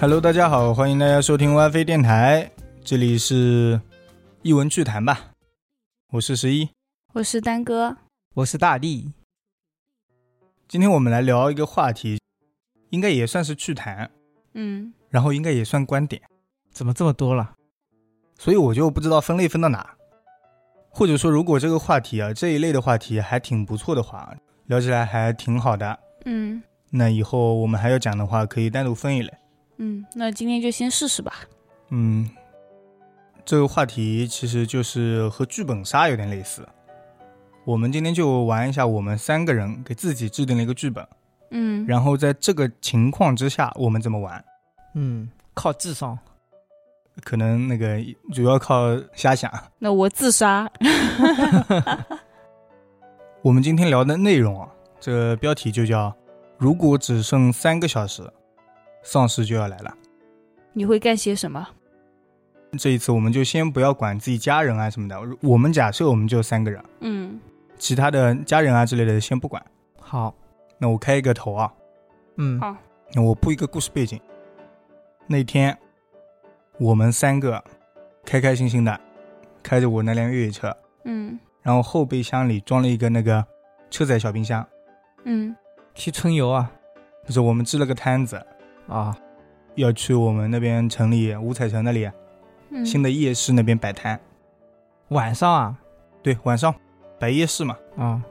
Hello，大家好，欢迎大家收听 WiFi 电台，这里是一文趣谈吧，我是十一。我是丹哥，我是大力，今天我们来聊一个话题，应该也算是趣谈，嗯，然后应该也算观点，怎么这么多了？所以我就不知道分类分到哪。或者说，如果这个话题啊这一类的话题还挺不错的话，聊起来还挺好的，嗯那以后我们还要讲的话，可以单独分一类。嗯，那今天就先试试吧。嗯，这个话题其实就是和剧本杀有点类似。我们今天就玩一下，我们三个人给自己制定了一个剧本，嗯，然后在这个情况之下，我们怎么玩？嗯，靠智商，可能那个主要靠瞎想。那我自杀。我们今天聊的内容啊，这个标题就叫“如果只剩三个小时，丧尸就要来了”。你会干些什么？这一次我们就先不要管自己家人啊什么的，我们假设我们就三个人，嗯其他的家人啊之类的先不管。好，那我开一个头啊，嗯好那我布一个故事背景。那天，我们三个开开心心的开着我那辆越野车，嗯然后后备箱里装了一个那个车载小冰箱，嗯去春游啊就是我们支了个摊子，啊，要去我们那边城里五彩城那里嗯，新的夜市那边摆摊。晚上啊对，晚上摆夜市嘛，啊，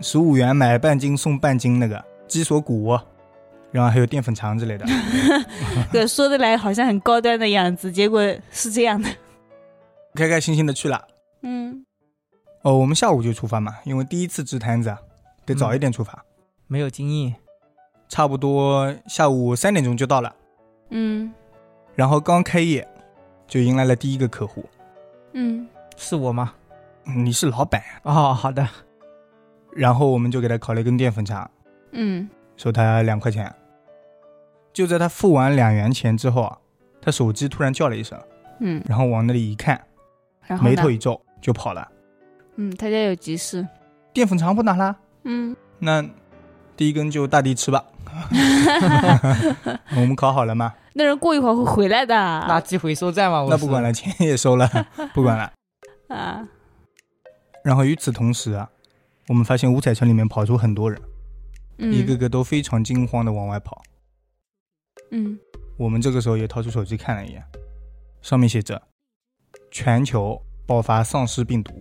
十五元买半斤送半斤那个鸡锁骨，然后还有淀粉肠之类的。对，说的来好像很高端的样子，结果是这样的。开开心心的去了。嗯哦，我们下午就出发嘛，因为第一次支摊子啊，得早一点出发，没有经验，差不多下午三点钟就到了。嗯然后刚开业，就迎来了第一个客户，嗯是我吗？嗯你是老板啊，哦，好的，然后我们就给他烤了一根淀粉肠，嗯收他两块钱。就在他付完两元钱之后啊，他手机突然叫了一声，嗯，然后往那里一看，然后眉呢头一皱就跑了。嗯，他家有急事。淀粉肠不拿啦，嗯，那第一根就大地吃吧。我们烤好了吗？那人过一会儿会回来的。垃圾回收站嘛，我那不管了，了，钱也收了，不管了。啊，然后与此同时啊，我们发现五彩城里面跑出很多人，嗯一个个都非常惊慌的往外跑。嗯我们这个时候也掏出手机看了一眼，上面写着“全球爆发丧尸病毒，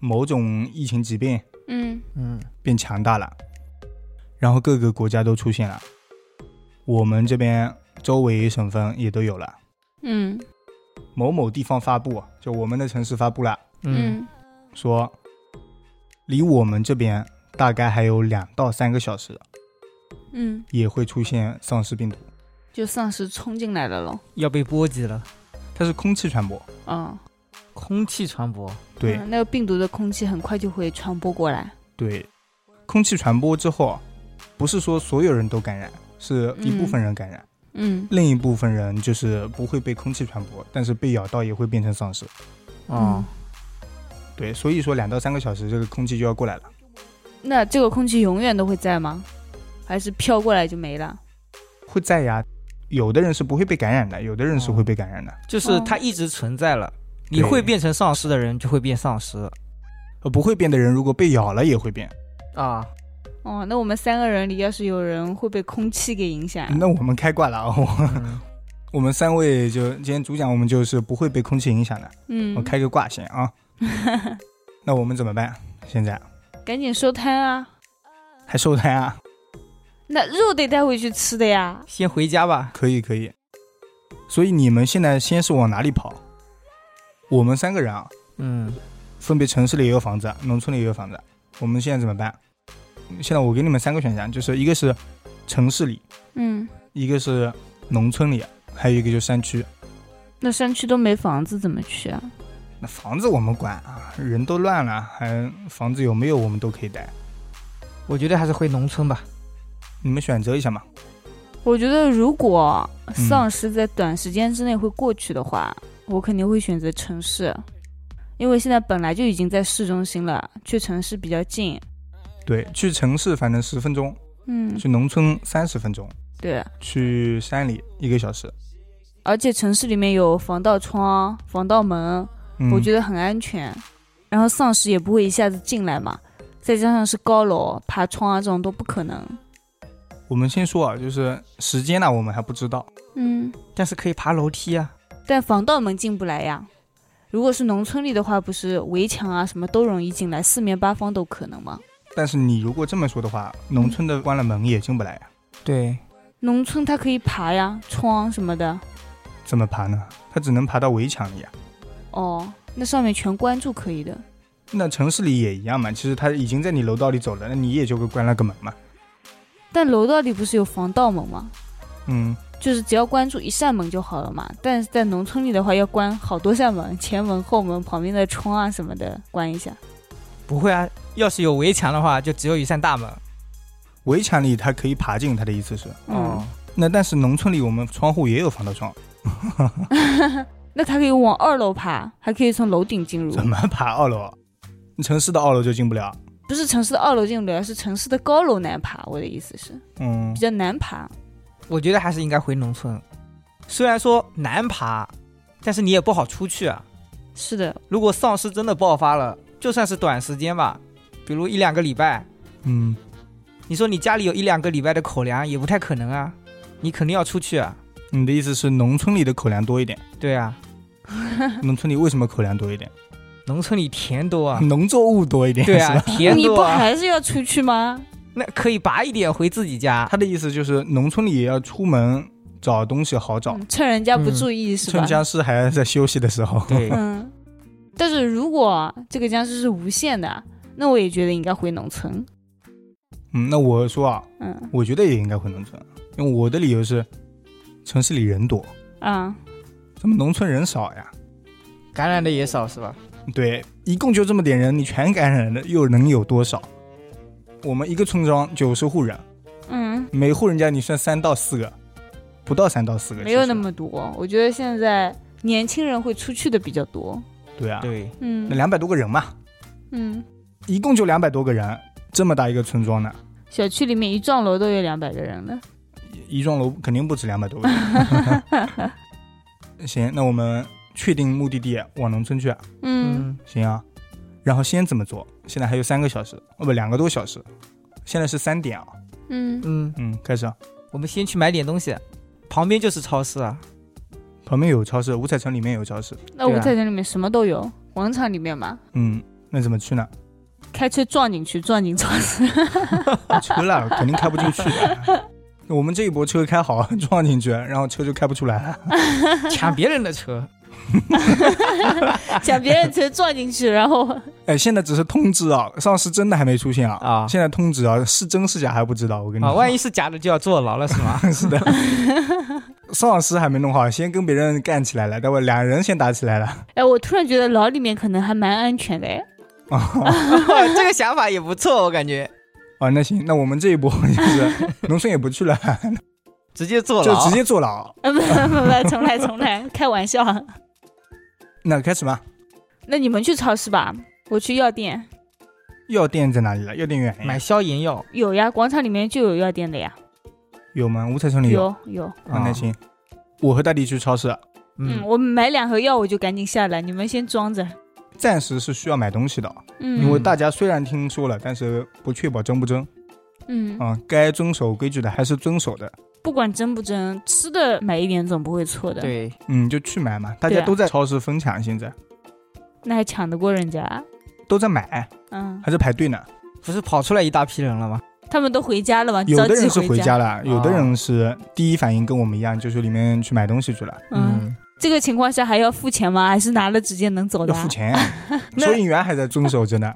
某种疫情疾病嗯嗯，变强大了”，然后各个国家都出现了，我们这边周围省份也都有了。嗯某某地方发布，就我们的城市发布了，嗯，说离我们这边大概还有两到三个小时，嗯，也会出现丧尸病毒，就丧尸冲进来了咯。要被波及了，它是空气传播。嗯，空气传播，对、嗯那个病毒的空气很快就会传播过来。对，空气传播之后，啊不是说所有人都感染，是一部分人感染，嗯另一部分人就是不会被空气传播，但是被咬到也会变成丧尸。哦，啊对，所以说两到三个小时这个空气就要过来了。那这个空气永远都会在吗？还是飘过来就没了？会在呀，有的人是不会被感染的，有的人是会被感染的。就是它一直存在了，你对会变成丧尸的人就会变丧尸呃，不会变的人如果被咬了也会变。啊，哦，那我们三个人里要是有人会被空气给影响，那我们开挂了啊！我 嗯我们三位就今天主讲，我们就是不会被空气影响的。嗯，我开个挂先啊。那我们怎么办？现在 赶紧收摊啊！还收摊啊？那肉得带回去吃的呀。先回家吧，可以可以。所以你们现在先是往哪里跑？我们三个人啊，嗯，分别城市里也有房子，啊农村里也有房子。我们现在怎么办？现在我给你们三个选项，就是一个是城市里，嗯，一个是农村里，还有一个就是山区。那山区都没房子怎么去啊？那房子我们管啊，人都乱了，还房子有没有我们都可以待。我觉得还是回农村吧，你们选择一下嘛。我觉得如果嗯丧尸在短时间之内会过去的话，我肯定会选择城市，因为现在本来就已经在市中心了，去城市比较近。对，去城市反正十分钟，嗯，去农村三十分钟。对，去山里一个小时。而且城市里面有防盗窗、防盗门，嗯，我觉得很安全。然后丧尸也不会一下子进来嘛，再加上是高楼，爬窗啊这种都不可能。我们先说啊，就是时间呢、我们还不知道。嗯，但是可以爬楼梯啊。但防盗门进不来呀。如果是农村里的话，不是围墙啊什么都容易进来，四面八方都可能吗？但是你如果这么说的话，农村的关了门也进不来呀、啊对，农村它可以爬呀，窗什么的。怎么爬呢？它只能爬到围墙里啊。哦，那上面全关住可以的。那城市里也一样嘛，其实它已经在你楼道里走了，那你也就关了个门嘛。但楼道里不是有防盗门吗？嗯，就是只要关住一扇门就好了嘛。但是在农村里的话，要关好多扇门，前门、后门、旁边的窗啊什么的关一下。不会啊，要是有围墙的话，就只有一扇大门。围墙里它可以爬进，它的意思是。嗯，哦，那但是农村里我们窗户也有防盗窗，那它可以往二楼爬，还可以从楼顶嗯进入。怎么爬二楼啊？城市的二楼就进不了。啊不是城市的二楼进不了，是城市的高楼难爬。我的意思是嗯比，较难爬。我觉得还是应该回农村。虽然说难爬，但是你也不好出去啊。是的，如果丧尸真的爆发了，就算是短时间吧，比如一两个礼拜，嗯，你说你家里有一两个礼拜的口粮，也不太可能啊。你肯定要出去啊。你的意思是农村里的口粮多一点？对啊，农村里为什么口粮多一点？。农村里田多啊农作物多一点。对是啊，吧，田你多不啊。还是要出去吗？那可以拔一点回自己啊家。他的意思就是农村里也要出门找东西好找，嗯趁人家不嗯注意、是吧？趁僵尸还在休息的时候。 对嗯，但是如果这个僵尸是无限的，那我也觉得应该回农村。嗯，那我说啊，嗯我觉得也应该回农村，因为我的理由是，城市里人多，啊，咱们农村人少呀。感染的也少是吧？对，一共就这么点人，你全感染了，又能有多少？我们一个村庄九十户人，嗯，每户人家你算三到四个，不到三到四个，没有其实那么多。我觉得现在年轻人会出去的比较多。对啊，对，那嗯两百多个人嘛，嗯，一共就两百多个人，这么大一个村庄呢，小区里面一幢楼都有两百个人了。一幢楼肯定不止两百多个人。 行，那我们确定目的地，往农村去、啊。嗯，行啊，然后先怎么做？现在还有三个小时，哦不，两个多小时，现在是三点啊。嗯嗯，嗯，开始啊。我们先去买点东西，旁边就是超市 啊。旁边有超市，五彩城里面有超市。那五彩城里面什么都有，广场里面嘛，嗯，那怎么去呢？开车撞进去，撞进超市。车了，肯定开不进去的。我们这一波车开好，撞进去，然后车就开不出来了。抢别人的车。 抢别人车撞进去，然后 哎，现在只是通知啊，丧尸真的还没出现啊。啊现在通知啊，是真是假还不知道。我跟你啊，说，万一是假的就要坐牢了是吗？是的，丧尸还没弄好，先跟别人干起来了，待会俩人先打起来了。哎，我突然觉得牢里面可能还蛮安全的哎。 这个想法也不错，我感觉哦，那行，那我们这一波就是农村也不去了，直接坐就牢，直接坐牢。啊不不不，重来重来，开玩笑。那开始吧。那你们去超市吧，我去药店。药店在哪里了？药店远买呀？消炎药。有呀，广场里面就有药店的呀。有吗？五彩城里有。有有，啊，哦那行，我和大地去超市，嗯，嗯，我买两盒药我就赶紧下来，你们先装着。暂时是需要买东西的，因为嗯大家虽然听说了，但是不确保真不真嗯，啊。该遵守规矩的还是遵守的，不管真不真，吃的买一点总不会错的。，对，嗯，就去买嘛。大对家啊都在超市分享，现在那还抢得过人家？都在买，嗯，还在排队呢。不是跑出来一大批人了吗？他们都回家了 吗？有的人着是急回回家了，有的哦人是第一反应跟我们一样，就去里面去买东西去了，嗯，，这个情况下还要付钱吗？还是拿了直接能走的要啊？付钱。收银员还在遵守着呢。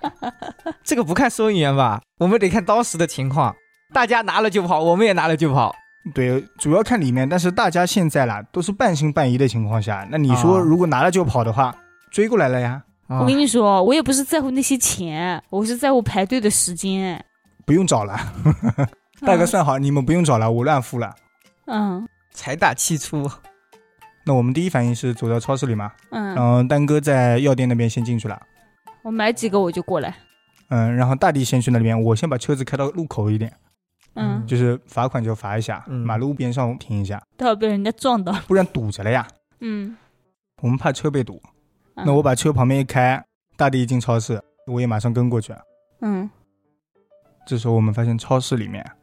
这个不看收银员吧，我们得看当时的情况。大家拿了就跑，我们也拿了就跑。对，主要看里面，但是大家现在啦都是半信半疑的情况下，那你说啊如果拿了就跑的话，追过来了呀，啊我跟你说，我也不是在乎那些钱，我是在乎排队的时间。不用找了。大哥算好，你们不用找了，我乱付了。嗯财大气粗，那我们第一反应是走到超市里嘛，嗯然后丹哥在药店那边先进去了，我买几个我就过来。嗯，然后大地先去那里面，我先把车子开到路口一点，嗯，就是罚款就罚一下，嗯马路边上停一下，都要被人家撞到。不然堵着了呀。嗯，我们怕车被堵，嗯那我把车旁边一开，大地一进超市，我也马上跟过去。嗯，这时候我们发现超市里面啊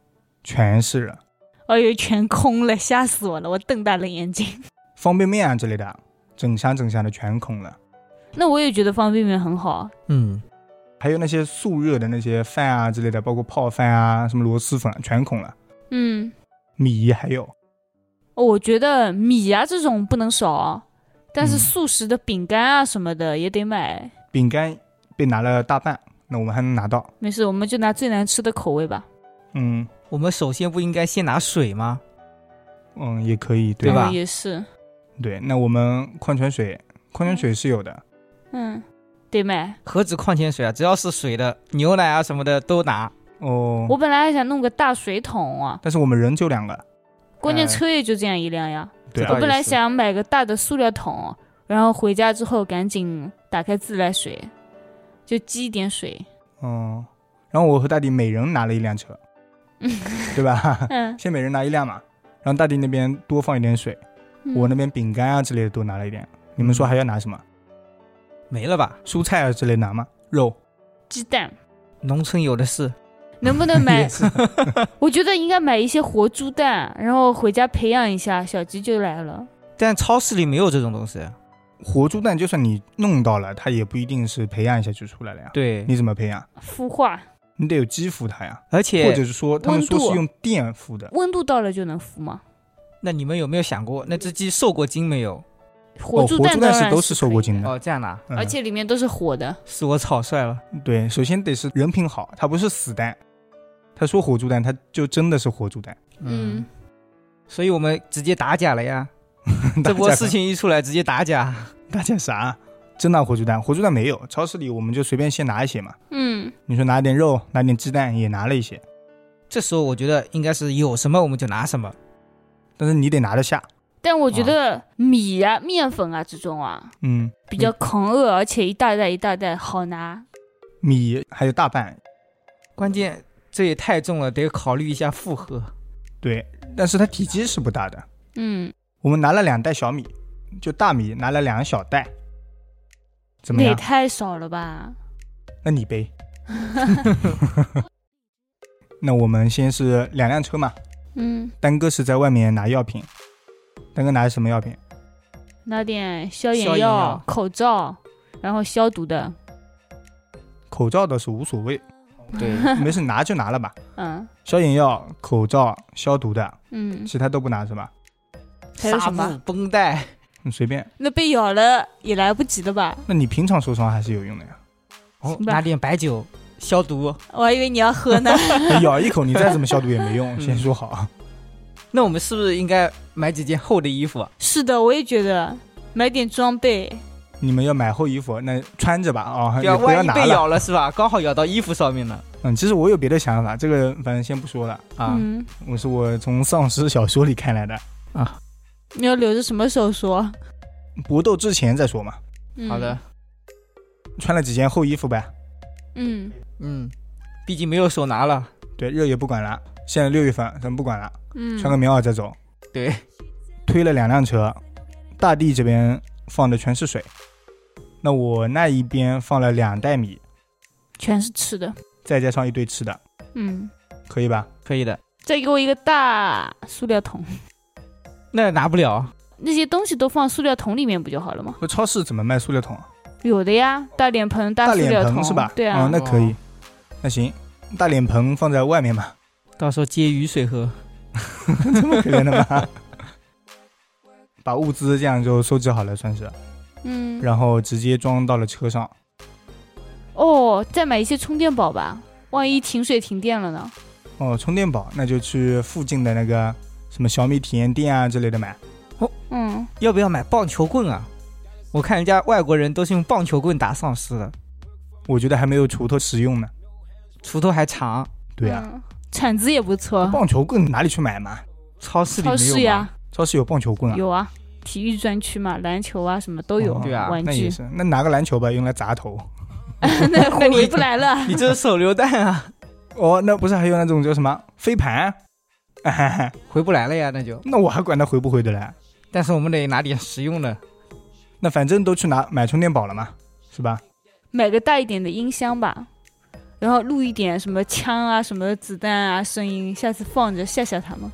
全是人，哎呦，全空了，吓死我了！我瞪大了眼睛。方便面啊之类的，整箱整箱的全空了。 那我也觉得方便面很好。嗯，还有那些速热的那些饭啊之类的，包括泡饭啊、什么螺蛳粉、啊、全空了，嗯，米还有，哦我觉得米啊这种不能少，但是嗯速食的饼干啊什么的也得买。饼干被拿了大半，那我们还能拿到。没事，我们就拿最难吃的口味吧。嗯我们首先不应该先拿水吗？嗯，也可以，对吧嗯也是，对，那我们矿泉水，矿泉水是有的，嗯，得买。何止矿泉水啊，只要是水的，牛奶啊什么的都拿。哦，我本来还想弄个大水桶啊，但是我们人就两个，关键哎车也就这样一辆呀。对这啊倒我也，本来是想买个大的塑料桶，然后回家之后赶紧打开自来水，就积一点水。嗯，然后我和大地每人拿了一辆车， 对吧？嗯，先每人拿一辆嘛，然后大地那边多放一点水，嗯我那边饼干啊之类的多拿了一点。你们说还要拿什么？没了吧？蔬菜啊之类拿吗？肉？鸡蛋农村有的是，能不能买 也？是 我觉得应该买一些活猪蛋，然后回家培养一下，小鸡就来了。但超市里没有这种东西。活猪蛋，就算你弄到了，它也不一定是培养一下就出来了呀。对，你怎么培养？孵化，你得有鸡孵它呀，而或且者是说他们温度说是用电孵的。温度到了就能孵吗？那你们有没有想过，那只鸡受过精没有？活哦，猪活蛋猪当蛋然是都是可受过以精的，的，哦，这样的啊，嗯而且里面都是活的。是我草率了。对，首先得是人品好，它不是死蛋。他说活猪蛋，它就真的是活猪蛋。 嗯，所以我们直接打假了呀。 这波事情一出来，直接打假。大家啥？真拿活猪蛋？活猪蛋没有，超市里我们就随便先拿一些嘛。嗯，你说拿点肉，拿点鸡蛋，也拿了一些，这时候我觉得应该是有什么我们就拿什么。但是你得拿得下。但我觉得米啊、面粉啊这种啊嗯，比较狂饿，而且一大袋一大袋好拿。米还有大半，关键这也太重了，得考虑一下负荷。对，但是它体积是不大的。嗯，我们拿了两袋小米，就大米拿了两小袋，怎么那也样？太少 了吧？ 那你背。那我们先是两辆车嘛，嗯，丹哥是在外面拿药品，丹哥拿的什么药品？拿点消消炎药炎药、口罩，然后消毒的。口罩倒是无所谓，对，没事拿就拿了吧。嗯消炎药、口罩、消毒的，嗯，其他都不拿是吧？ 还有纱什么布、绷带，你随便。那被咬了也来不及了吧？那你平常受伤还是有用的呀，哦，吧拿点白酒消毒。我还以为你要喝呢。你 咬一口你再怎么消毒也没用，嗯先说好。那我们是不是应该买几件厚的衣服啊？是的，我也觉得买点装备。你们要买厚衣服，那穿着吧啊，不也要，不万一拿被了。咬了是吧？刚好咬到衣服上面了嗯，其实我有别的想法，这个反正先不说了。啊！嗯，我是我从丧尸小说里看来的，你要留着什么时候说？搏斗之前再说嘛。嗯、好的，，穿了几件厚衣服呗，嗯嗯，毕竟没有手拿了。对，热也不管了。现在六月份，咱们不管了，嗯，穿个棉袄再走。对，推了两辆车，大地这边放的全是水，那我那一边放了两袋米，全是吃的。再加上一堆吃的，嗯，可以吧？可以的。再给我一个大塑料桶，那拿不了，那些东西都放塑料桶里面不就好了吗？那超市怎么卖塑料桶啊？有的呀，大脸盆、大塑脸料桶盆是吧？对啊，嗯那可以哦，那行，大脸盆放在外面嘛，到时候接雨水喝。这么可怜的吗？把物资这样就收集好了，算是，嗯， 然后直接装到了车上。哦，再买一些充电宝吧，万一停水停电了呢？哦，充电宝，那就去附近的那个什么小米体验店啊之类的买。嗯，要不要买棒球棍啊？我看人家外国人都是用棒球棍打丧尸的，我觉得还没有锄头实用呢。锄头还长，对啊，嗯铲子也不错，棒球棍哪里去买嘛？超市里超市没有吗？呀超市有棒球棍啊，有啊，体育专区嘛，篮球啊什么都有，哦对啊玩那具 也，是。那 拿个篮球吧，用来砸头。那回不来了。你这是手榴弹啊！哦，那不是还有那种叫什么飞盘？回不来了呀，那就。那我还管它回不回得来？但是我们得拿点实用的，那反正都去拿买充电宝了嘛，是吧？买个大一点的音箱吧，然后录一点什么枪啊、什么子弹啊声音，下次放着吓吓他们。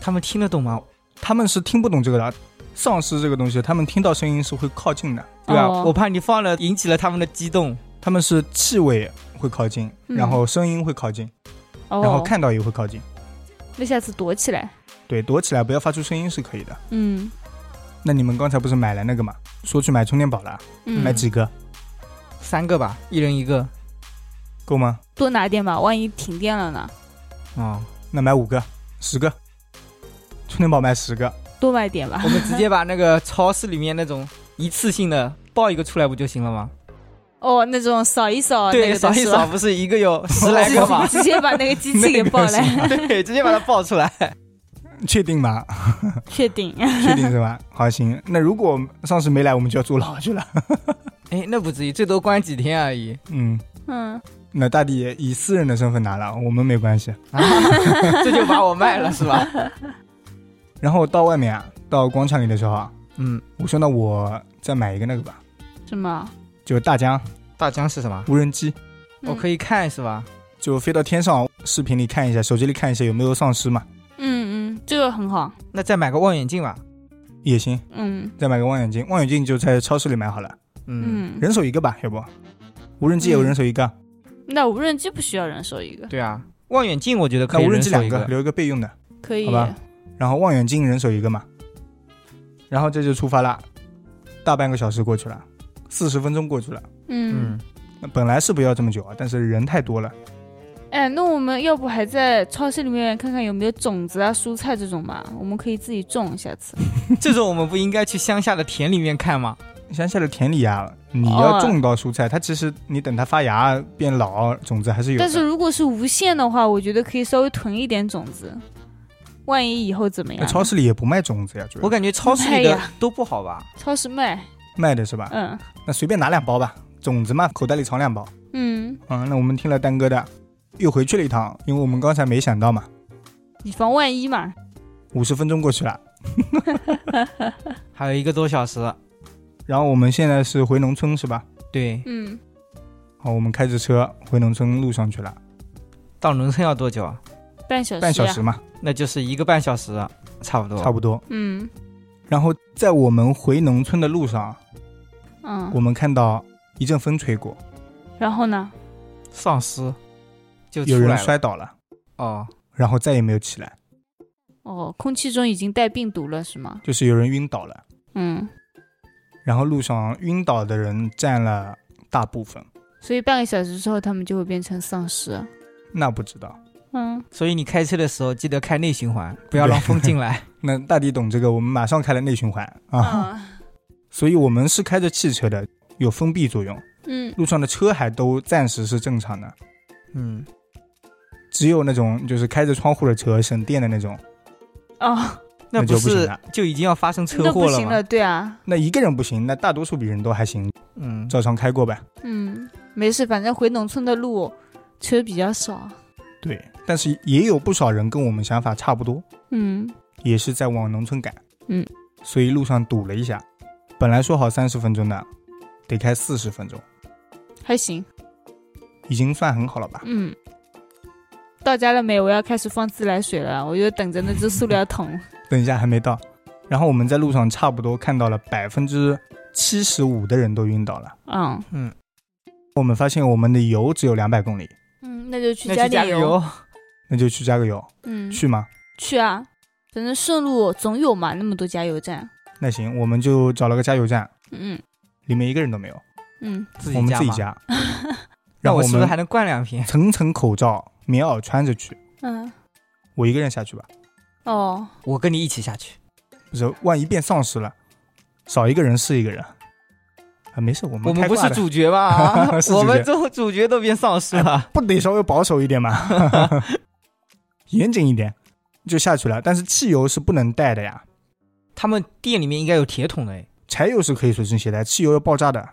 他们听得懂吗？他们是听不懂这个的，丧尸这个东西，他们听到声音是会靠近的，对啊吧？哦我怕你放了引起了他们的激动。他们是气味会靠近，嗯然后声音会靠近，哦，然后看到也会靠近。那下次躲起来。对，躲起来不要发出声音是可以的。嗯那你们刚才不是买了那个嘛？说去买充电宝了，啊嗯，买几个三个吧，一人一个。够吗？哦多拿点吧，万一停电了呢？啊、那买五个、十个，充电宝买十个。多买点吧我。们直接把那个超市里面那种一次性的爆一个出来不就行了吗？哦，那种扫一扫，哦那对，个的扫一是吧哦扫，不是一 个有十来个吗？直接把那个 机器给抱来，对，直接把它爆出来。确定 吗？确定。 确定是吧？好，行。那如果上次没来，我们就要坐牢去了。哎，那不至于，最多关几天而已。嗯，嗯，那大地也以私人的身份拿了，我们没关系。啊， 这就把我卖了是吧？然后到外面啊，到广场里的时候啊，嗯，我说那我再买一个那个吧，什么？就大疆大疆是什么？无人机，我可以。以看是吧？就飞到天上，视频里看一下，手机里看一下有没有丧尸嘛，嗯嗯，这个很好。那再买个望远镜吧。也行。嗯再买个望远镜，望远镜就在超市里买好了，嗯，嗯，人手一个吧，要不？无人机也有嗯人手一个，那无人机不需要人手一个，对啊，望远镜我觉得可那以无人人机手两一个，留一个备用的。可以好。吧然后望远镜人手一个嘛，然后这就出发了，大半个小时过去了，四十分钟过去了。嗯，嗯，那本来是不要这么久啊，但是人太多了，哎，那我们要不还在超市里面看看有没有种子啊、蔬菜这种嘛？我们可以自己种，下次。嗯这种我们不应该去乡下的田里面看吗？乡下的田里啊，你要哦种到蔬菜，它其实你等它发芽变老，种子还是有的。但是如果是无限的话，我觉得可以稍微囤一点种子，万一以后怎么那样？哎超市里也不卖种子呀，主我要感觉超市里哎的呀都不好吧？超市卖，卖的是吧？嗯那随便拿两包吧，种子嘛，口袋里藏两包。嗯，嗯，那我们听了丹哥的，又回去了一趟，因为我们刚才没想到嘛，以防万一嘛。五十分钟过去了，还有一个多小时。然后我们现在是回农村是吧？对，嗯，好，我们开着车回农村路上去了，到农村要多久啊？半小时、啊，半小时嘛，那就是一个半小时，差不多。差不多。嗯然后在我们回农村的路上，我嗯，们看到一阵风吹过，然后呢？丧尸就出有来人了摔倒了，哦，然后再也没有起来，哦，空气中已经带病毒了是吗？就是有人晕倒了。嗯，然后路上晕倒的人占了大部分，所以半个小时之后他们就会变成丧尸。那不知道。嗯，所以你开车的时候记得开内循环，不要让风进 来。那大地懂这个，我们马上开了内循环啊，啊，所以我们是开着汽车的，有封闭作用， 嗯，路上的车还都暂时是正常的，嗯，只有那种就是开着窗户的车省电的那种，哦，那就不不行是了就已经要发生那车不祸行吗？了，对啊，那一个人不行，那大多数比人都还行，嗯，照常开过呗。嗯，没事，反正回农村的路车比较少。啊对，但是也有不少人跟我们想法差不多，嗯也是在往农村赶，嗯，所以路上堵了一下。本来说好三十分钟的，得开四十分钟，还行，已经算很好了吧？嗯。到家了没？我要开始放自来水了，我就等着那只塑料桶。等一下还没到，然后我们在路上差不多看到了百分之七十五的人都晕倒了。嗯我们发现我们的油只有两百公里，嗯，那就去那去加加个油。油。那就去加个油，嗯，去吗？去啊，反正顺路总有嘛，那么多加油站。那行，我们就找了个加油站，嗯里面一个人都没有，嗯， 自己我们自己加吗。加。那然后我我是不是还们能灌两 瓶？层层口罩、棉袄穿着去，嗯，我一个人下去吧。哦， 我跟你一起下去。不是，万一变丧尸了，少一个人是一个人。啊，没事，我们我们开不挂是的主角吧？啊 是主角我们这主角都变丧尸了。 不得稍微保守一点嘛，严谨一点，就下去了。但是汽油是不能带的呀，他们店里面应该有铁桶的哎，柴油是可以随身携带，汽油要爆炸的。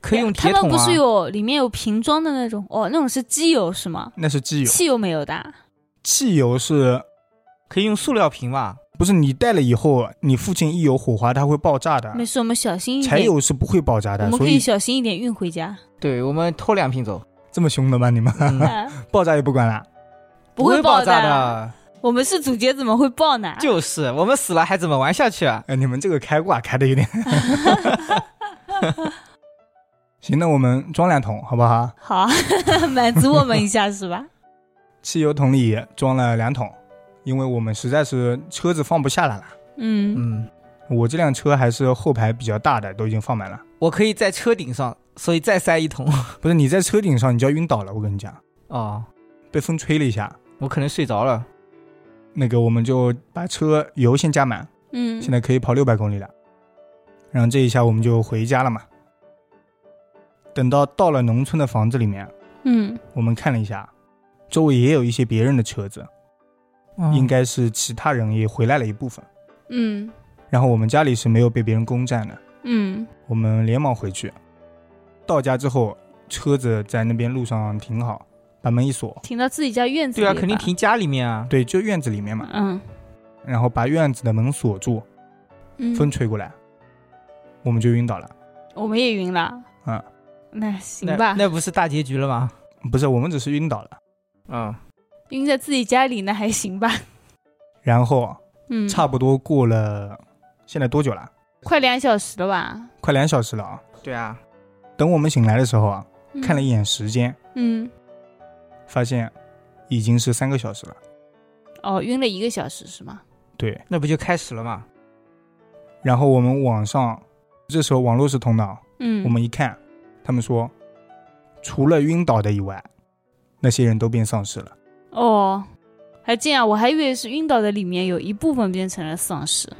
可以用铁哎他桶们啊。不是有里面有瓶装的那种哦，那种是机油是吗？那是机油，汽油没有的啊，汽油是可以用塑料瓶吧？不是你带了以后，你附近一有火花它会爆炸的没？事，我们小心一啊柴点，油是不会爆炸我的，们所可以以小心一点运回家，对，我们偷两瓶走， 这么凶的吗？你们 嗯啊爆炸也不管啦？ 不会爆炸的。的。我们是主角，怎么会爆啊呢？就是我们死了还怎么玩下去啊？哎，你们这个开挂开的有点。行，那我们装两桶好不好？好， 满足我们一下是吧？汽油桶里装了两桶，因为我们实在是车子放不下来了。嗯，嗯，我这辆车还是后排比较大的，都已经放满了。我可以在车顶上，所以再塞一桶。 不是你在车顶上，你就要晕倒了。我跟你讲，哦，被风吹了一下，我可能睡着了。那个我们就把车油先加满，嗯，现在可以跑六百公里了。然后这一下我们就回家了嘛。等到到了农村的房子里面，嗯，我们看了一下，周围也有一些别人的车子，哦应该是其他人也回来了一部分。嗯，然后我们家里是没有被别人攻占的，嗯，我们连忙回去。到家之后，车子在那边路上停好，把门一锁，停到自己家院子里对吧。啊，肯定停家里面啊。对，就院子里面嘛，嗯。然后把院子的门锁住，嗯风吹过来，我们就晕倒了。我们也晕了。嗯，那行那吧，那不是大结局了吗？不是，我们只是晕倒了。嗯，晕在自己家里那还行吧。然后嗯，差不多过了，现在多久了？快两小时了吧？快两小时了啊！对啊，等我们醒来的时候啊，嗯看了一眼时间，嗯，发现已经是三个小时了。哦，晕了一个小时是吗？对，那不就开始了吗？然后我们网上，这时候网络是通的啊，嗯，我们一看，他们说，除了晕倒的以外，那些人都变丧尸了。哦，还这样，我还以为是晕倒的里面有一部分变成了丧尸。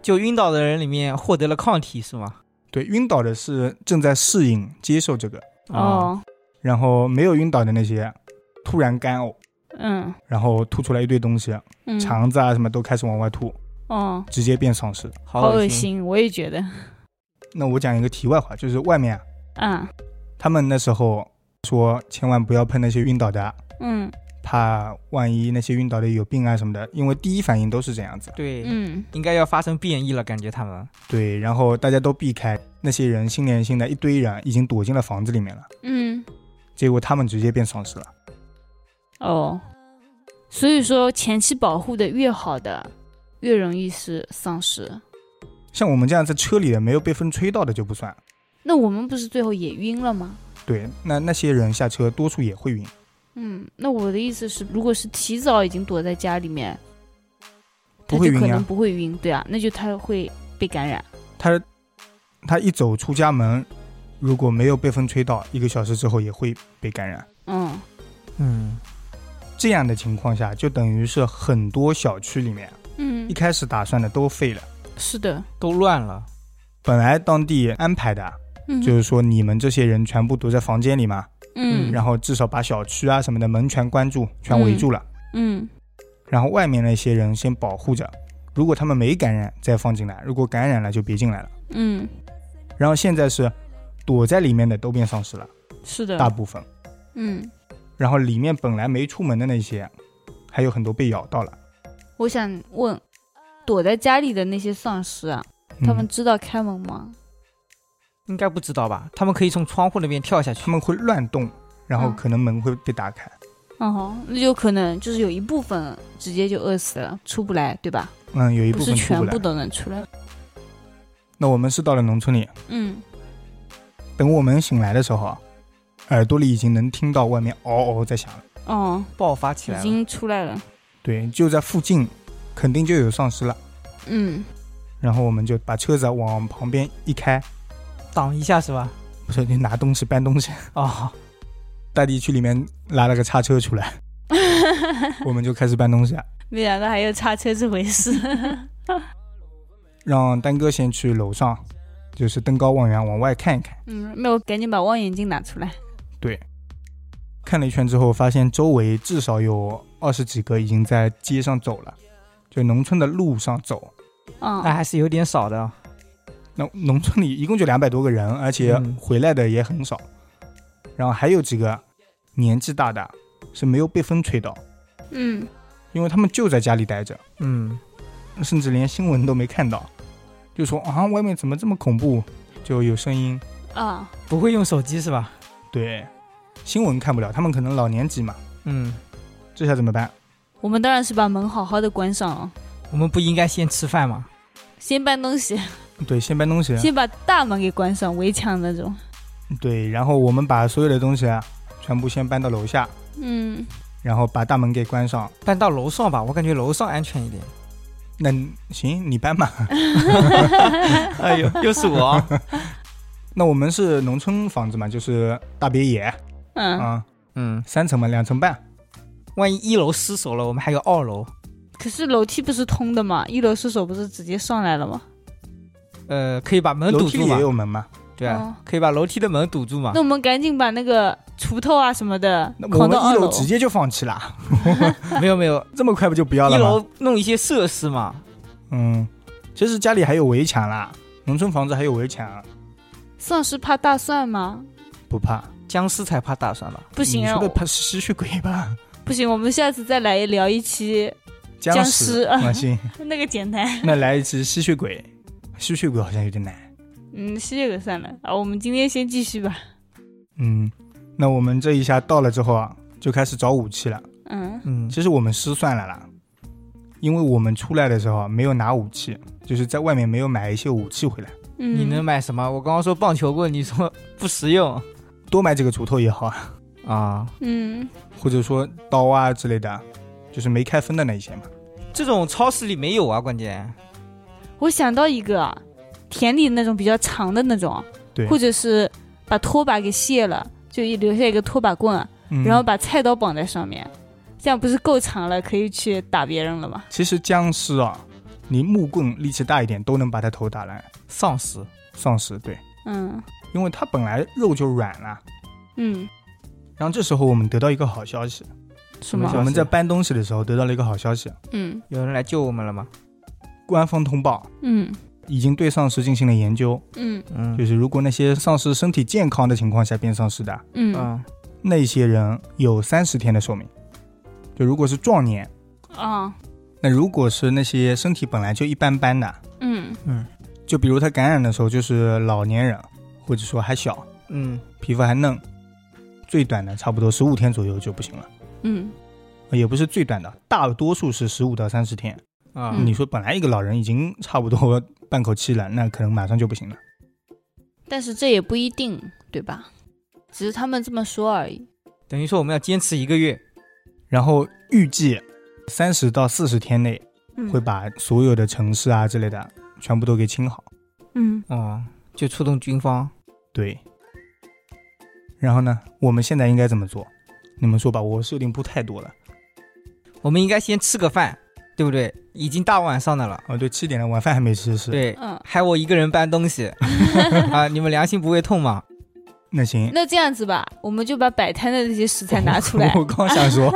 就晕倒的人里面获得了抗体是吗？对，晕倒的是正在适应接受这个，啊，哦，然后没有晕倒的那些突然干呕，嗯然后吐出来一堆东西，嗯，肠子啊什么都开始往外吐，哦，直接变丧尸。好好恶心。心，我也觉得。那我讲一个题外话，就是外面啊，啊，他们那时候说千万不要碰那些晕倒的，嗯怕万一那些晕倒的有病啊什么的，因为第一反应都是这样子。对，嗯应该要发生变异了，感觉他们。对，然后大家都避开那些人，心连心的一堆人已经躲进了房子里面了，嗯，结果他们直接变丧尸了。哦，所以说前期保护的越好的，越容易是丧尸。像我们这样在车里的没有被风吹到的就不算。那我们不是最后也晕了吗？对，那那些人下车多数也会晕，嗯，那我的意思是，如果是提早已经躲在家里面，不他会就可晕能啊。不会晕，对啊，那就他会被感染。他他一走出家门，如果没有被风吹到，一个小时之后也会被感染。嗯嗯，这样的情况下，就等于是很多小区里面嗯一，开始打算的都废了。是的，都乱了。本来当地安排的啊嗯就是说，你们这些人全部躲在房间里嘛，嗯然后至少把小区啊什么的门全关住，全围住了，嗯然后外面那些人先保护着，如果他们没感染再放进来，如果感染了就别进来了。嗯，然后现在是躲在里面的都变丧尸了，是的，大部分。嗯，然后里面本来没出门的那些，还有很多被咬到了。我想问，躲在家里的那些丧尸啊，嗯他们知道开门吗？应该不知道吧？他们可以从窗户那边跳下他去。们会乱动，然后嗯可能门会被打开。哦，那就可能就是有一部分直接就饿死了，出不来，对吧？嗯，有一不部是分出全不部来。都能出来。那我们是到了农村里，嗯，等我们醒来的时候啊，耳朵里已经能听到外面嗷嗷在响了。哦，爆发起已来了，经出来了。对，就在附近，肯定就有丧尸了。嗯， 然后我们就把车子往旁边一开，挡一下是吧？不是你拿东西搬东西， 哦，大地区里面拉了个叉车出来，我们就开始搬东西，没想到还有叉车这回事。 让丹哥先去楼上，就是登高望远往外看一看。嗯，那我赶紧把望远镜拿出来。看了一圈之后，发现周围至少有二十几个已经在街上走了，就农村的路上走。嗯，哎那还是有点少的。那农村里一共就两百多个人，而且嗯回来的也很少。然后还有几个年纪大的是没有被风吹到，嗯，因为他们就在家里待着，嗯，甚至连新闻都没看到，就说啊外面怎么这么恐怖，就有声音。啊，不会用手机是吧？对，新闻看不了，他们可能老年级嘛，嗯，这下怎么办？我们当然是把门好好的关上了，我们不应该先吃饭吗？先搬东西，对，啊先搬东西，先把大门给关上，围墙那种。对，然后我们把所有的东西啊，全部先搬到楼下，嗯，然后把大门给关上。搬到楼上吧，我感觉楼上安全一点。那你行，你搬吧。 哎呦，又是我。那我们是农村房子嘛，就是大别野嗯，啊， 嗯，三层嘛，两层半。万一一楼失守了，我们还有二楼。可是楼梯不是通的嘛，一楼失手不是直接上来了吗？呃，可以把门楼堵梯住里嘛也？有门嘛，对啊哦，可以把楼梯的门堵住嘛那？我们赶紧把那个锄头啊什么的啊那我扛们到二一楼楼。直接就放弃了，没有没有，这么快不就不要一了吗？楼弄一些设施嘛。嗯，其实家里还有围墙啦，农村房子还有围墙，丧尸怕大蒜吗？不怕。僵尸才怕大蒜吧？不行你啊说，的怕是吸血鬼吧？不行，我们下次再来聊一期僵僵尸尸啊，行，那个简单。那来一期吸血鬼，吸血鬼好像有点难。 嗯，吸这个算了啊，我们今天先继续吧。嗯，那我们这一下到了之后啊，就开始找武器了。嗯嗯，其实我们失算了啦，因为我们出来的时候啊没有拿武器，就是在外面没有买一些武器回来，嗯，你能买什么？我刚刚说棒球棍，你说不实用多买几个锄头也好啊，啊。嗯或者说刀啊之类的，就是没开封的那一些嘛。这种超市里没有啊，关键。，我想到一个啊，田里那种比较长的那种，啊对或者是把拖把给卸了，就一留下一个拖把棍，啊嗯然后把菜刀绑在上面，这样不是够长了，可以去打别人了吗？其实僵尸啊，你木棍力气大一点都能把他头打烂。丧尸，丧尸对，嗯因为他本来肉就软了。嗯，然后这时候我们得到一个好消息，是什么吗我？们消息在搬东西的时候得到了一个好消息，嗯有人来救我们了吗？官方通报嗯已经对丧尸进行了研究，嗯嗯就是如果那些丧尸身体健康的情况下变丧尸的，嗯嗯，那些人有三十天的寿命。就如果是壮年，啊那如果是那些身体本来就一般般的，嗯就比如他感染的时候就是老年人，或者说还小，嗯，皮肤还嫩，最短的差不多十五天左右就不行了，嗯也不是最短的，大多数是十五到三十天。啊，嗯你说本来一个老人已经差不多半口气了，那可能马上就不行了。但是这也不一定，对吧？只是他们这么说而已。等于说我们要坚持一个月。然后预计三十到四十天内嗯会把所有的城市啊之类的全部都给清好。嗯哦，就出动军方。对。然后呢，我们现在应该怎么做？你们说吧，我设定不太多了。我们应该先吃个饭，对不对？已经大晚上的了。哦，对，七点了，晚饭还没吃是？。对，嗯，还我一个人搬东西啊！你们良心不会痛吗？那行，那这样子吧，我们就把摆摊的那些食材拿出来 我。刚想说，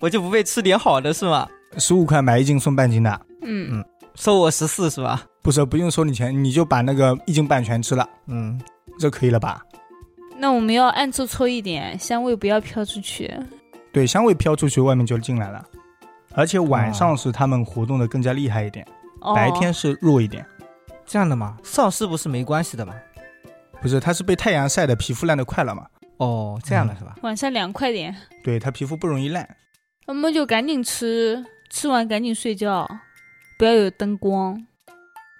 我就不配吃点好的是吗？十五块买一斤送半斤的，嗯收我十四是吧？不是不用收你钱，你就把那个一斤半全吃了，嗯，这可以了吧？那我们要暗搓搓一点，香味不要飘出去。对，香味飘出去，外面就进来了。而且晚上是他们活动的更加厉害一点，哦、白天是弱一点。这样的嘛，丧尸不是没关系的嘛？不是，它是被太阳晒的，皮肤烂的快了嘛？哦，这样的是吧？晚上凉快点，对，它皮肤不容易烂。我们就赶紧吃，吃完赶紧睡觉，不要有灯光。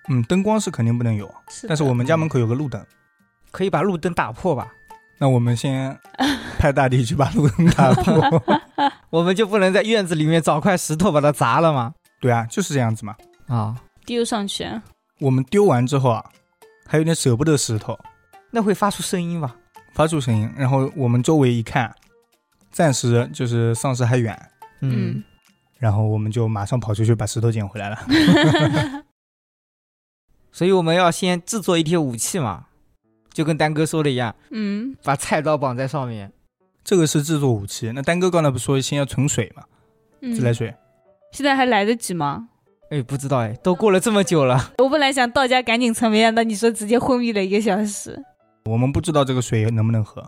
嗯，灯光是肯定不能有，是的但是我们家门口有个路灯，可以把路灯打破吧？那我们先派大地去把路灯打 破。我们就不能在院子里面找块石头把它砸了吗？对啊，就是这样子嘛。啊，丢上去，我们丢完之后啊，还有点舍不得石头，那会发出声音吧？发出声音，然后我们周围一看，暂时就是丧尸还远，嗯，然后我们就马上跑出去把石头捡回来了。 嗯所以我们要先制作一些武器嘛，就跟丹哥说的一样， 嗯把菜刀绑在上面。这个是制作武器。那丹哥刚才不说先要存水嘛，嗯自来水，现在还来得及吗？哎，不知道哎，都过了这么久了，我本来想到家赶紧蹭，没想到你说直接昏迷了一个小时。我们不知道这个水能不能喝。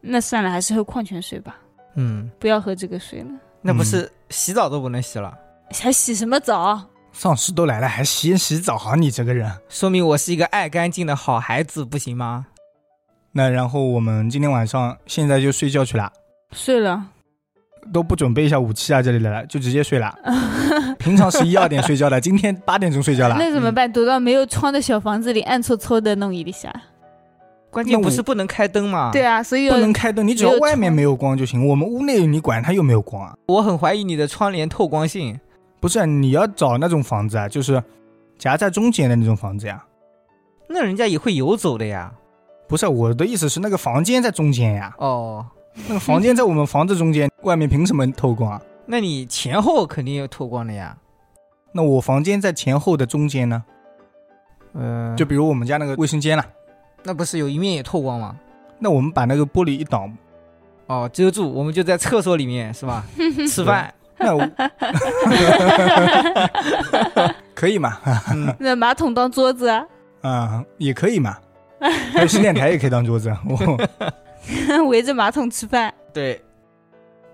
那算了，还是喝矿泉水吧，嗯，不要喝这个水了。那不嗯是洗澡都不能洗了，还洗什么澡？丧尸都来了，还洗洗澡啊！你这个人。说明我是一个爱干净的好孩子，不行吗？那然后我们今天晚上现在就睡觉去了，睡了，都不准备一下武器啊这类的了，就直接睡了。平常十一二点睡觉 的，今天八点钟睡觉了。嗯那怎么办？躲到没有窗的小房子里，暗搓搓的弄一下。关那键我不是不能开灯吗？对，啊，所以啊不能开灯，你只要没有外面窗没有光就行。我们屋内你管它有没有光啊？我很怀疑你的窗帘透光性。不是啊、你要找那种房子啊，就是夹在中间的那种房子呀、那人家也会游走的呀。不是啊、我的意思是那个房间在中间 呀、哦，那个房间在我们房子中间，外面凭什么透光啊？那你前后肯定有透光的呀。那我房间在前后的中间呢？呃嗯、就比如我们家那个卫生间了、那不是有一面也透光吗？那我们把那个玻璃一挡，哦，遮住，我们就在厕所里面 是吧？吃饭，那我可以嘛？嗯，那马桶当桌子啊， 啊、也可以嘛。还有洗脸台也可以当桌子。我围着马桶吃饭。对，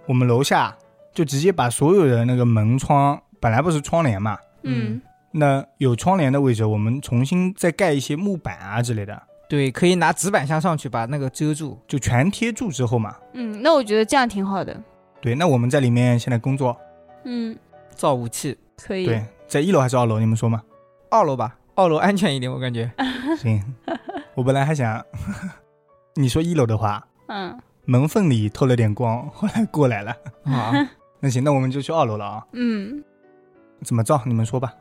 我们楼下就直接把所有的那个门窗，本来不是窗帘嘛，嗯，那有窗帘的位置，我们重新再盖一些木板啊之类的，对，可以拿纸板箱上去把那个遮住。就全贴住之后嘛。嗯，那我觉得这样挺好的。对，那我们在里面现在工作，嗯，造武器，可以。对，在一楼还是二楼？你们说嘛？二楼吧，二楼安全一点，我感 觉。行，我本来还想 你说一楼的话， 嗯门缝里透了点光，后来过来了。啊，那行，那我们就去二楼了啊。 嗯，怎么造？你们说吧。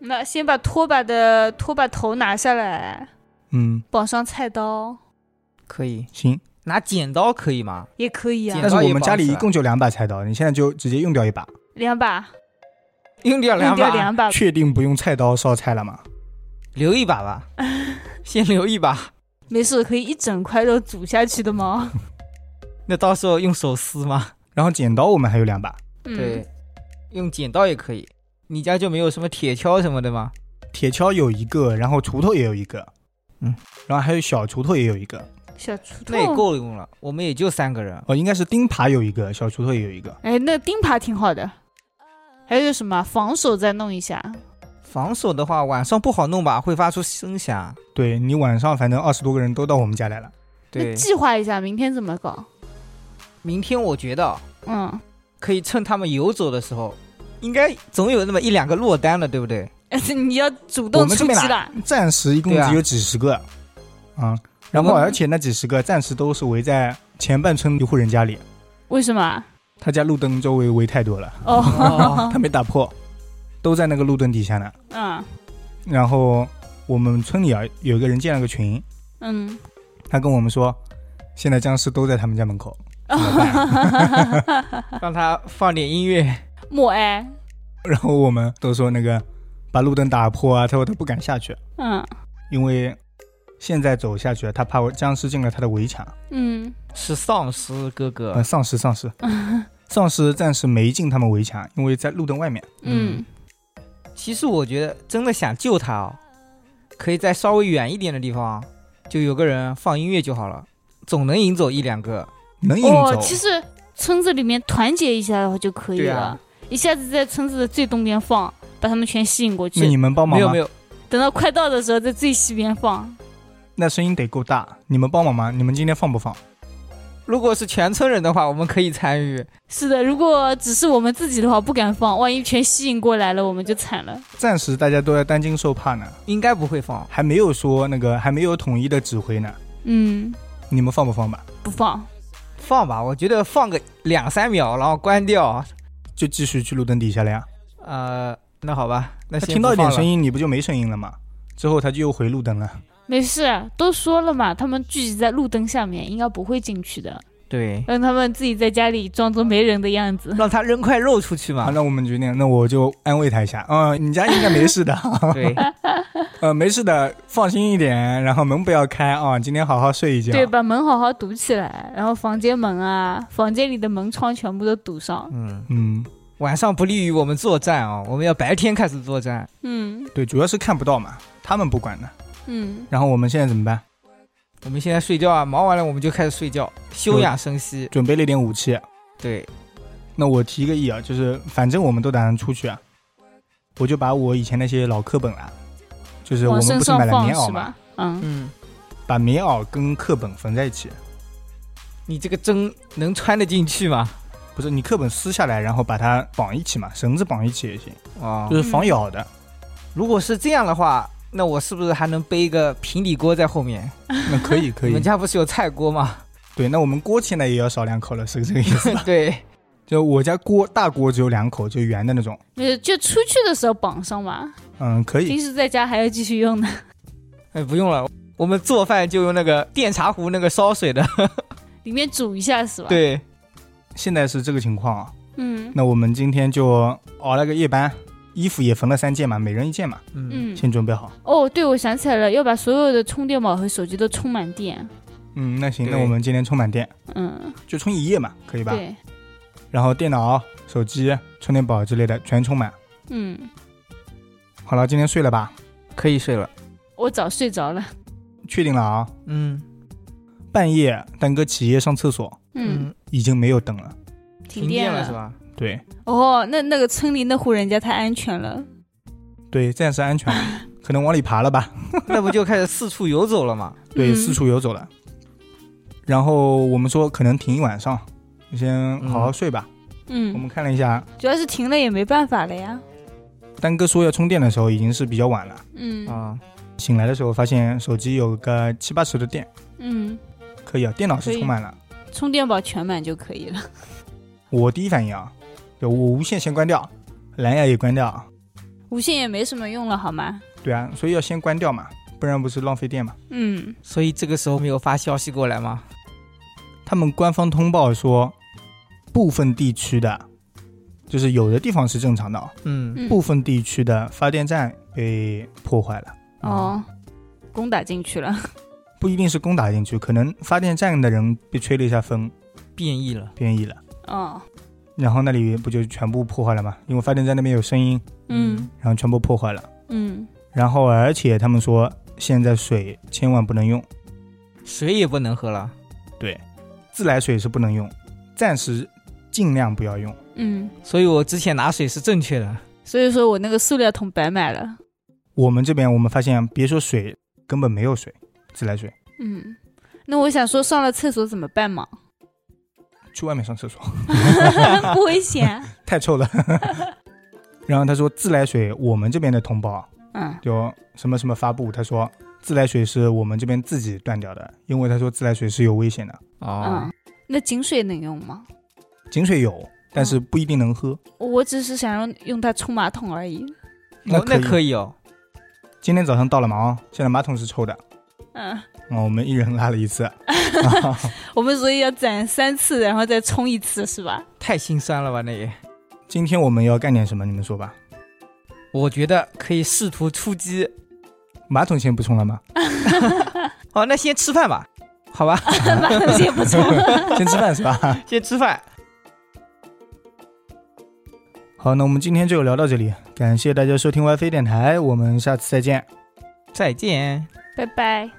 那先把拖把的拖把头拿下来，嗯，绑上菜刀可以行。拿剪刀可以吗？也可以啊剪但刀，是我们家里一共就两把菜刀，你现在就直接用掉一把，两把，用掉用两掉把，两把。确定不用菜刀烧菜了吗？留一把 吧，先留一把。没事，可以一整块肉煮下去的吗？那到时候用手撕吗？然后剪刀我们还有两把，嗯、对，，用剪刀也可以。你家就没有什么铁锹什么的吗？铁锹有一个，然后锄头也有一个，嗯，然后还有小锄头也有一个，小锄头那也。够用了，我们也就三个人。哦，应该是钉耙有一个，小锄头也有一个。哎，那钉耙挺好的。还有什么防守再弄一下？防守的话，晚上不好弄吧，会发出声响。对你晚上反正二十多个人都到我们家来了，那对，计划一下明天怎么搞？明天我觉得嗯， 可以趁他们游走的时候，应该总有那么一两个落单了，对不对？你要主动我们出这边击来了。暂时一共对啊只有几十个，啊、然后而且那几十个暂时都是围在前半村一户人家里，为 什么？他家路灯周围围太多了，哦哦，他没打破，都在那个路灯底下呢。嗯然后我们村里啊有一个人建了个群，嗯，他跟我们说，现在僵尸都在他们家门口， 让他放点音乐。默哀。然后我们都说那个把路灯打破啊，他说他不敢下去，嗯因为现在走下去啊他怕僵尸进了他的围墙，嗯 是丧尸哥哥，呃，丧尸丧尸丧尸暂时没进他们围墙，因为在路灯外面，嗯，其实我觉得，真的想救他哦，可以在稍微远一点的地方，就有个人放音乐就好了，总能引走一两个。能引哦走，。其实村子里面团结一下就可以对了，啊一下子在村子的最东边放，把他们全吸引过那你去。们帮忙没有吗没？有，等到快到的时候，在最西边放。那声音得够大，你们帮忙吗？你们今天放不放？如果是全村人的话，我们可以参与。是的，如果只是我们自己的话，不敢放，万一全吸引过来了，我们就惨了。暂时大家都在担惊受怕呢，应该不会放，还没有说那个还没有统一的指挥呢，嗯，你们放不放吧？不放。放吧，我觉得放个两三秒，然后关掉。就继续去路灯底下了呀。呃，那好吧，那他先听到一点声音，音，你不就没声音了吗？之后他就又回路灯了。没事，啊都说了嘛，他们聚集在路灯下面，应该不会进去的，对，让他们自己在家里装作没人的样子。 让他扔块肉出去好，嘛。那我们决定，那我就安慰他一下。嗯、你家应该没事的， 对，呃，没事的，放心一点，然后门不要开啊、今天好好睡一觉。 对，把门好好堵起来，然后房间门啊，房间里的门窗全部都堵上。嗯，嗯，晚上不利于我们作战啊、我们要白天开始作战。嗯对，主要是看不到嘛，他们不管的。嗯，然后我们现在怎么办？我们现在睡觉啊，忙完了我们就开始睡觉，休养生息。准备了一点武器。对，那我提个议啊，就是反正我们都打算出去啊，我就把我以前那些老课本啊，就是我往们身不是上买了放棉袄是嘛吧，？嗯，嗯，把棉袄跟课本缝在一起。你这个针能穿得进去吗？不是你课本撕下来，然后把它绑一起嘛，绳子绑一起也行，哦就，是防咬 的。如果是这样的话，那我是不是还能背一个平底锅在后面？那可以可你们以。家不是有菜锅吗？？对，那我们锅现在也要少两口了，是这个意思 吧 对，就我家锅大锅只有两口，就圆的那种。没有就出去的时候绑上嘛，嗯，可以。平时在家还要继续用的。 哎，不用了，我们做饭就用那个电茶壶那个烧水的。里面煮一下是吧？，对，现在是这个情况啊。嗯那我们今天就熬了个夜班，衣服也缝了三件嘛，每人一件嘛，嗯，嗯。先准备好。哦，对，我想起来了，要把所有的充电宝和手机都充满电。嗯，那行，对那我们今天充满电，嗯，就充一夜嘛，可以吧？对，然后电脑、手机、充电宝之类的全充满。嗯，好了，今天睡了吧？可以睡了。我早睡着了。确定了啊。嗯半夜蛋哥起夜上厕所，嗯，，已经没有灯了。停电了是？吧？对哦，那那个村里那户人家太安全了。对，暂时安全了，可能往里爬了吧？ 那不就开始四处游走了吗？对，嗯四处游走了。然后我们说可能停一晚上，你先好嗯好睡吧。我嗯，们看了一下，主要是停了也没办法了呀。丹哥说要充电的时候已经是比较晚了。嗯啊，醒来的时候发现手机有个七八十的电，嗯，可以啊，电脑是可以充满了。充电宝全满就可以了。我第一反应啊，就我无线先关掉，蓝牙也关掉。无线也没什么用了，好吗？对啊，所以要先关掉嘛，不然不是浪费电嘛。嗯，所以这个时候没有发消息过来吗？他们官方通报说，部分地区的，就是有的地方是正常的啊，嗯，嗯部分地区的发电站被破坏了，哦，攻打进去了。不一定是攻打进去，可能发电站的人被吹了一下风，变异了。变异了，哦，然后那里不就全部破坏了吗？因为发电站那边有声音，嗯然后全部破坏了。嗯，然后而且他们说，现在水千万不能用，水也不能喝了。对，自来水是不能用，暂时尽量不要用。嗯，所以我之前拿水是正确的。所以说我那个塑料桶白买了。我们这边我们发现，别说水，根本没有水，自来水，嗯，那我想说上了厕所怎么办 嘛？去外面上厕所 不危险。太臭了。 然后他说自来水，我们这边的通报啊嗯就什么什么发布，他说自来水是我们这边自己断掉的，因为他说自来水是有危险的，啊嗯，那井水能用吗？井水有，但是不一定能喝。我只是想用用它冲马桶而已。那哦那可可以。以哦。今天早上到了嘛啊，现在马桶是臭的，嗯，哦，我们一人拉了一次， 我们所以要攒三次，然后再冲一次，是 吧？太心酸了吧？那也，今天我们要干点什么？你们说吧。我觉得可以试图出击。马桶先不冲了吗？哦，那先吃饭吧，好吧，马桶先不 冲了。先吃饭是吧？先吃饭。好，那我们今天就聊到这里，感谢大家收听 WiFi 电台，我们下次再见。再见。拜拜。